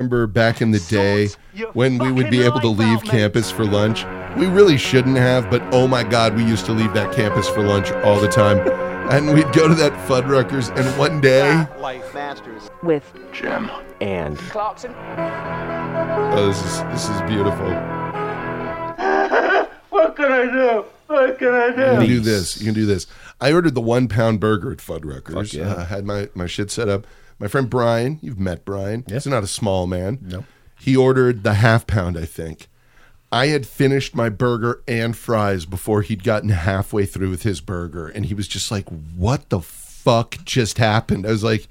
remember back in the day your when we would be fucking able to life leave out, mate. campus for lunch. We really shouldn't have, but oh my God, we used to leave that campus for lunch all the time. And we'd go to that Fuddruckers, and one day, Life Masters. with and Clarkson. oh, this is this is beautiful. What can I do? What can I do? You can do this. You can do this. I ordered the one pound burger at Fuddruckers. Fuck yeah. uh, had my, my shit set up. My friend Brian, you've met Brian. Yeah. He's not a small man. No. He ordered the half pound, I think. I had finished my burger and fries before he'd gotten halfway through with his burger. And he was just like, what the fuck just happened? I was like,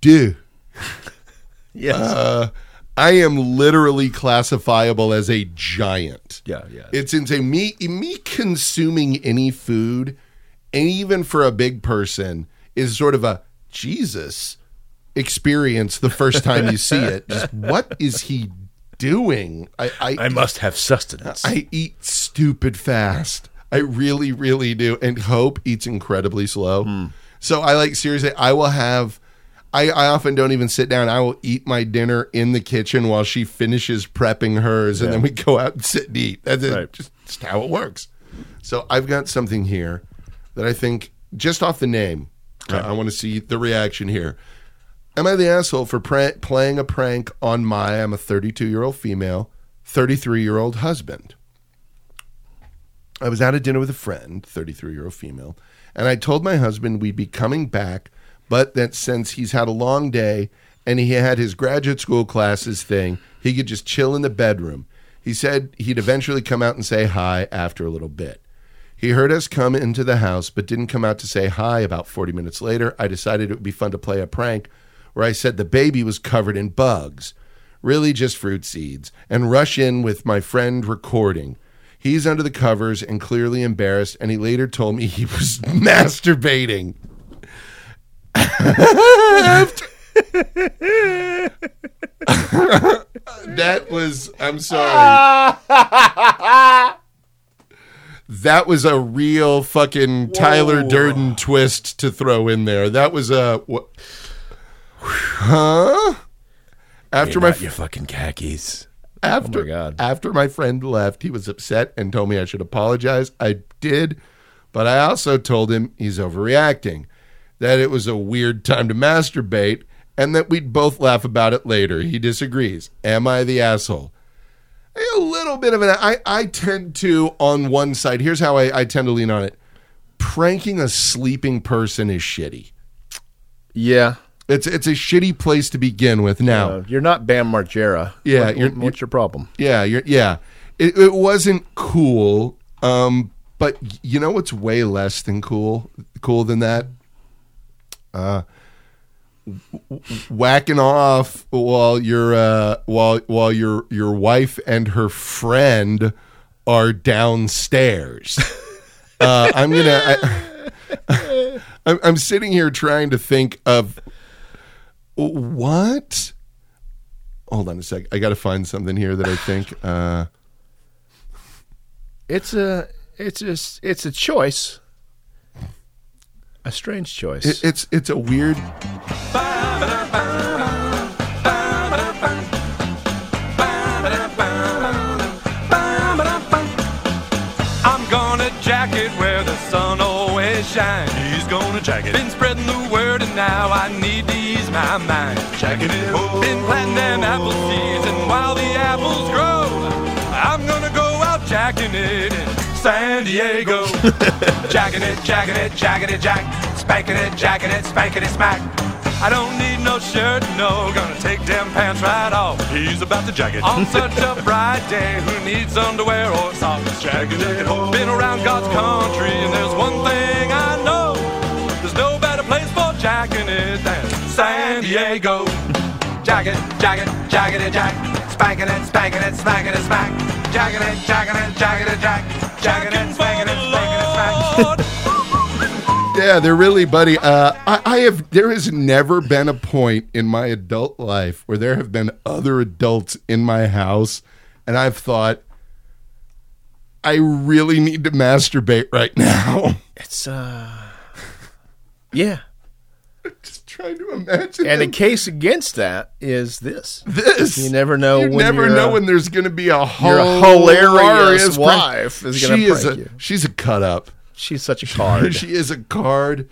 dude. Yes. Uh, I am literally classifiable as a giant. Yeah, yeah. It's insane. Me, me consuming any food, and even for a big person, is sort of a Jesus experience the first time you see it. Just what is he doing? I, I, I must have sustenance. I eat stupid fast. I really, really do. And Hope eats incredibly slow. So I like seriously, I will have. I, I often don't even sit down. I will eat my dinner in the kitchen while she finishes prepping hers, and then we go out and sit and eat. That's it. Right. Just, just how it works. So I've got something here that I think, just off the name, I- I want to see the reaction here. Am I the asshole for pra- playing a prank on my, I'm a 32 year old female, 33 year old husband? I was out at dinner with a friend, 33 year old female, and I told my husband we'd be coming back, but that since he's had a long day and he had his graduate school classes thing, he could just chill in the bedroom. He said he'd eventually come out and say hi after a little bit. He heard us come into the house, but didn't come out to say hi. About 40 minutes later, I decided it would be fun to play a prank where I said the baby was covered in bugs, really just fruit seeds, and rush in with my friend recording. He's under the covers and clearly embarrassed, and he later told me he was masturbating. that was, I'm sorry. That was a real fucking Tyler Durden twist to throw in there. That was a. wha- Huh? After You're my not your fucking khakis. after Oh, my God. after my friend left, he was upset and told me I should apologize. I did, but I also told him he's overreacting, that it was a weird time to masturbate, and that we'd both laugh about it later. He disagrees. Am I the asshole? A little bit of an I, I tend to on one side. Here's how I, I tend to lean on it. Pranking a sleeping person is shitty. Yeah. It's it's a shitty place to begin with. Now Uh, you're not Bam Margera. Yeah, What- you're- what's your problem? Yeah, you're, yeah. It, it wasn't cool. Um, but you know what's way less than cool? Cool than that? Uh, whacking off while your uh, while while your your wife and her friend are downstairs. uh, I'm gonna. I, I'm, I'm sitting here trying to think of what hold on a sec. I got to find something here that I think. Uh, It's a it's a it's a choice. A strange choice. it, it's it's a weird. I'm gonna jack it where the sun always shines. He's gonna jack it. Been spreading the word and now I need to ease my mind. Jacket it. Been planting them apple seeds and while the apples grow, I'm gonna go out jacking it in San Diego. jacking it, jacking it, jacking it, jack. Spanking it, jacking it, spanking it, smack. I don't need no shirt, no. Gonna take damn pants right off. He's about to jack it. On such a bright day, who needs underwear or socks? Jack it, jack it, home. Been around God's country, and there's one thing I know. There's no better place for jacking it than San Diego. Jack it, jack it, jack it, jack. Spanking it, spanking it, spanking it, smack. Jacking it, jacking it, jacking it, jack. Jacking it, spanking it, spanking it, smack. Yeah, they're really buddy. Uh, I, I have. There has never been a point in my adult life where there have been other adults in my house, and I've thought, I really need to masturbate right now. it's uh Yeah. Just try- trying to imagine. And the them. case against that is this. this. You never know You when never you're- uh, know when there's going to be a hilarious hilarious prank. wife is gonna She is prank a you. she's a cut up. She's such a card. She is a card.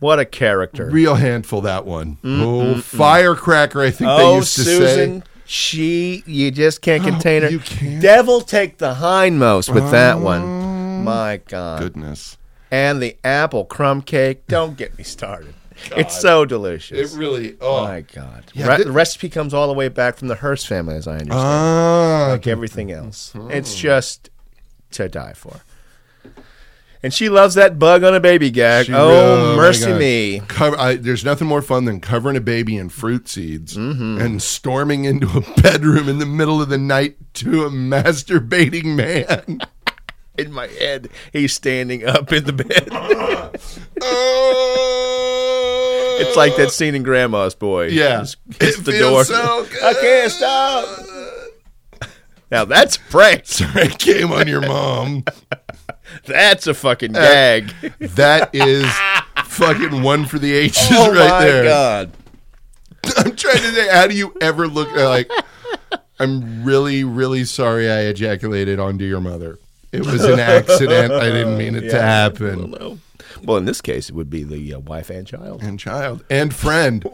what a character. Real handful that one. Oh, firecracker! I think they Mm, Oh, used to Susan, say. Oh, she you just can't contain her. you can't. Devil take the hindmost with that Um, one. My God. Goodness, And the apple crumb cake. Don't get me started. It's so it delicious. really. Oh, My God. Yeah, Re- thi- the recipe comes all the way back from the Hearst family, as I understand. ah, like everything else. Mm-hmm. It's just to die for. And she loves that bug on a baby gag. She- oh, my mercy God. me. Cover, I, there's nothing more fun than covering a baby in fruit seeds Mm-hmm. and storming into a bedroom in the middle of the night to a masturbating man. In my head, he's standing up in the bed. it's it's like that scene in Grandma's Boy. Yeah. Just hits It the feels door. so I can't stop. Now that's prank. Sorry, I came on your mom. That's a fucking gag. That is fucking one for the ages oh right my there. god. I'm trying to say, how do you ever look uh, like? I'm really, really sorry I ejaculated onto your mother. It was an accident. I didn't mean it to happen. Well, well, in this case, it would be the uh, wife and child. And child and friend.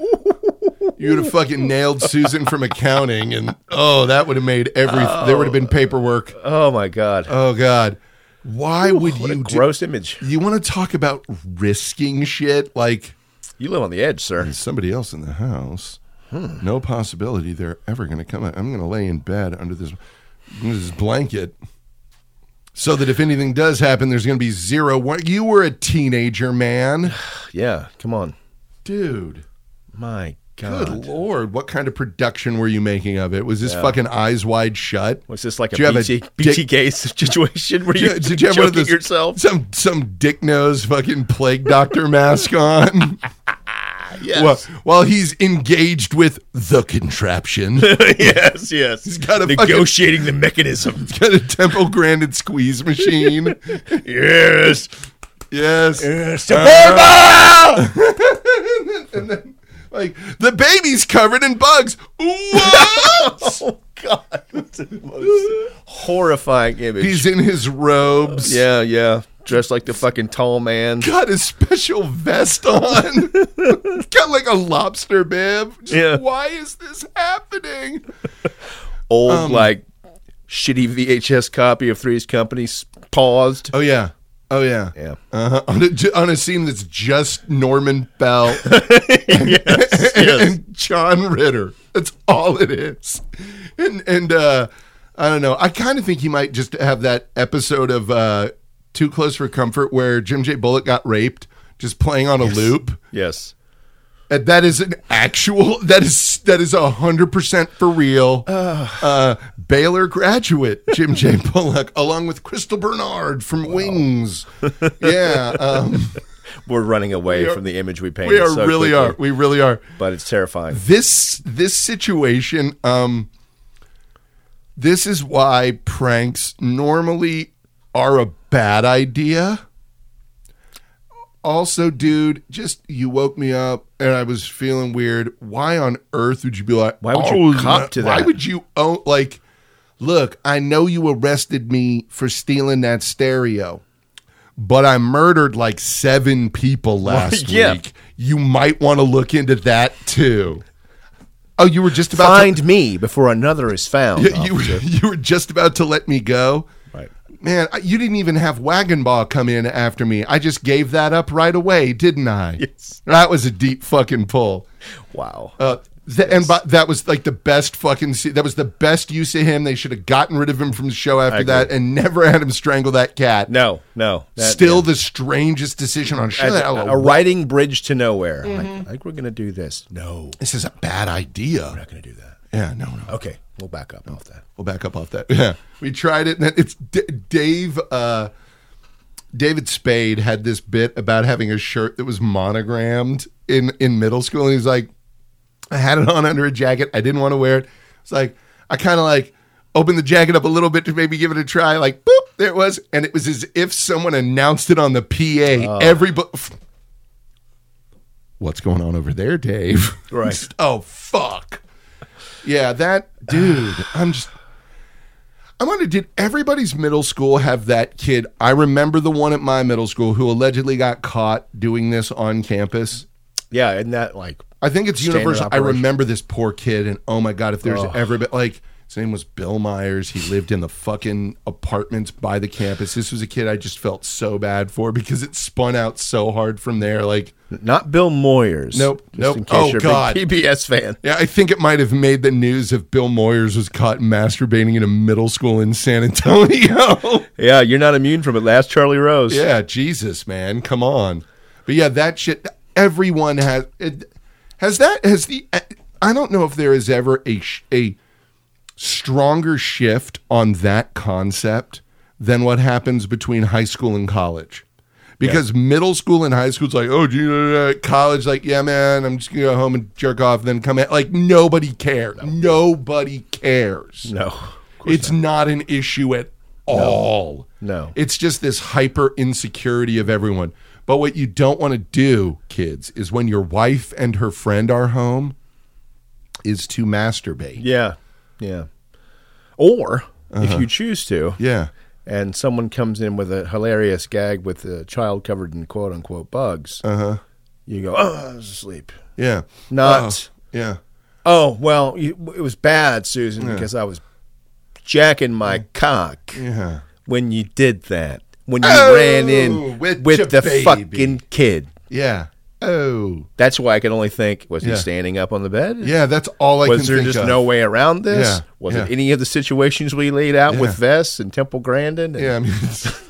You would have fucking nailed Susan from accounting, and oh, that would have made every. There would have been paperwork. Oh my god. Oh God, why would what a you do- gross image. You want to talk about risking shit? Like You live on the edge, sir. somebody else in the house. Hmm. No possibility they're ever going to come out. I'm going to lay in bed under this, under this blanket so that if anything does happen, there's going to be zero. One. You were a teenager, man. Yeah, come on. Dude. My Good god. lord! What kind of production were you making of it? Was this fucking eyes wide shut? Was this like a Do you have a BT, dick- BT gay situation where you Yeah, did you have one of choking those- yourself? Some some dick nose fucking plague doctor mask on. Yes. While, while he's engaged with the contraption, yes, yes. He's got a fucking- negotiating the mechanism. got a tempo granted squeeze machine. yes. Yes. and then, like the baby's covered in bugs. What? Oh god. That's the most horrifying image. he's in his robes. yeah, yeah. Dressed like the fucking tall man. Got his special vest on. got like a lobster bib. Just, Yeah. Why is this happening? Old Um, like shitty VHS copy of Three's Company s- paused. Oh yeah. Oh yeah. Yeah. Uh-huh. On, a, ju- on a scene that's just Norman Bell and John Ritter. That's all it is. And and uh, I don't know. I kind of think he might just have that episode of uh, Too Close for Comfort where Jim J. Bullock got raped, just playing on a loop. Yes. And that is an actual. That is that is hundred percent for real. Uh, Baylor graduate Jim J. Bullock, along with Crystal Bernard from Wings. Yeah, um, We're running away are- from the image we painted. we are so really uh, quickly, are. We really are. But it's terrifying. This this situation. Um, this is why pranks normally are a bad idea. Also, dude, just you woke me up and I was feeling weird. Why on earth would you be like? Why would you "Oh, cop no," to Why that? would you own like? Look, I know you arrested me for stealing that stereo, but I murdered like seven people last yeah. week. You might want to look into that too. Oh, you were just about to Find me before another is found. yeah, you, were, you were just about to let me go. Oh, Right. Man, I- you didn't even have Wagon Ball come in after me. I just gave that up right away, didn't I? Yes. That was a deep fucking pull. Wow. Uh, th- And but that was like the best fucking. Se- that was the best use of him. They should have gotten rid of him from the show after agree. that and never had him strangle that cat. no, no. that- Still the strangest decision on show. As That, a, uh, a writing bridge to nowhere. Like, I think we're going to do this. No, this is a bad idea. not going to do that. Yeah, no, no. Okay, we'll back up off that. We'll back up off that. Yeah, we tried it. And then it's D- Dave. Uh, David Spade had this bit about having a shirt that was monogrammed in in middle school, and he's like, I had it on under a jacket. I didn't want to wear it. It's like I kind of like opened the jacket up a little bit to maybe give it a try. Like boop, there it was, and it Oh. was as if someone announced it on the PA. Everybody. what's going on over there, Dave? Right. Just, oh fuck. Yeah, that dude. I'm just. I wonder, did everybody's middle school have that kid? I remember the one at my middle school who allegedly got caught doing this on campus. Yeah, isn't that like I think it's Standard universal. I operation. remember this poor kid, and oh my god, if there's Ugh. ever been like his name was Bill Myers. He lived in the fucking apartments by the campus. This was a kid I just felt so bad for because it spun out so hard from there. Like, not Bill Moyers? Nope, Just nope. In case Oh, you're God. a big PBS fan. yeah, I think it might have made the news if Bill Moyers was caught masturbating in a middle school in San Antonio. Yeah, you're not immune from it. Last Charlie Rose. yeah, Jesus, man, come on. But yeah, that shit. Everyone has it, has that has the. I don't know if there is ever a sh- a stronger shift on that concept than what happens between high school and college. Because middle school and high school's like, oh, gee, uh, uh, college, like, yeah, man, I'm just gonna go home and jerk off, then come out. Like nobody cares. Nobody cares. No. It's not. an issue at all. No. It's just this hyper insecurity of everyone. But what you don't want to do, kids, is when your wife and her friend are home, is to masturbate. Yeah. Yeah. Or if you choose to, Uh-huh. Yeah. and someone comes in with a hilarious gag with a child covered in quote unquote bugs, Uh. uh-huh. you go, oh, I was asleep. Yeah. Not, Oh, yeah. oh, well, you, it was bad, Susan, because I was jacking my cock Yeah. when you did that, when you Oh, ran in with with, your the baby. fucking kid. Yeah. Oh. That's why I can only think, was Yeah. he standing up on the bed? Yeah, that's all I was can there think just of. no way around this? Yeah, Was it yeah. any of the situations we laid out with Yeah. Vess and Temple Grandin? And Yeah, I mean, it's-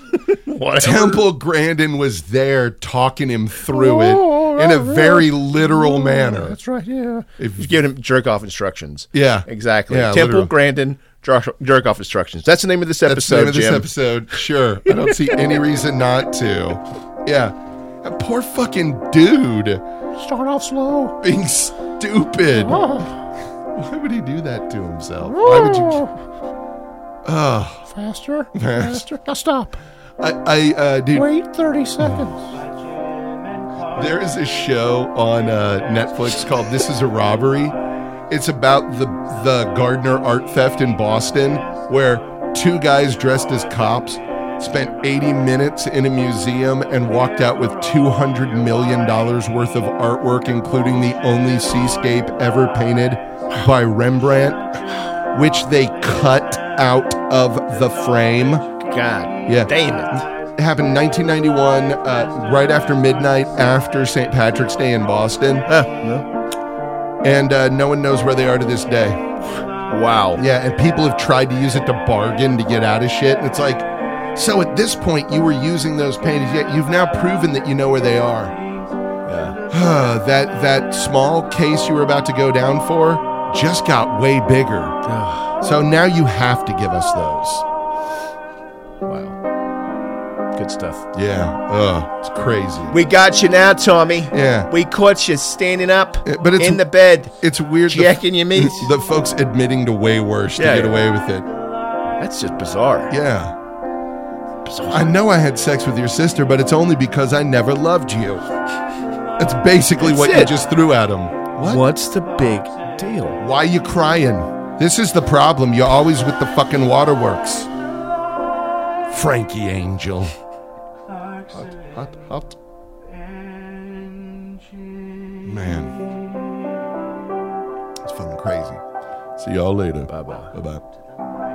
whatever? Temple Grandin was there talking him through it in a very literal manner. That's right. Yeah, If- Uh, you give him jerk off instructions. Yeah. exactly. Yeah, Temple literal. Grandin jerk off instructions. That's the name of this That's the episode, name of this Jim. episode. Sure. I don't see any reason not to. Yeah. That poor fucking dude Start off slow. being stupid. Oh. Why would he do that to himself? Why would you? Oh. Faster. Faster. Now stop. I, I uh, dude, Wait thirty seconds. There is a show on uh, Netflix called "This Is a Robbery." It's about the the Gardner art theft in Boston, where two guys dressed as cops spent 80 minutes in a museum and walked out with 200 million dollars worth of artwork, including the only seascape ever painted by Rembrandt, which they cut out of the frame. God. Yeah. Damn it. It happened in 1991, uh, right after midnight, after St. Patrick's Day in Boston, Huh, no. and uh, no one knows where they are to this day. Wow. Yeah, and people have tried to use it to bargain to get out of shit, and it's like, so at this point you were using those paintings, yet you've now proven that you know where they are. that that small case you were about to go down for just got way bigger. Ah, so now you have to give us those. Wow. Good stuff. Yeah, Ugh, it's crazy. We got you now, Tommy. Yeah. We caught you standing up Yeah, but it's- in the bed. It's weird. the- Jacking your meat. The folks admitting to way worse Yeah, to get yeah. away with it. That's just bizarre. Yeah. I know I had sex with your sister, but it's only because I never loved you. That's basically what That's you it. just threw at him. What? What's the big deal? Why you crying? This is the problem. You're always with the fucking waterworks. Frankie Angel. Hot, hot, hot. Man. It's fucking crazy. See y'all later. Bye Bye-bye. bye.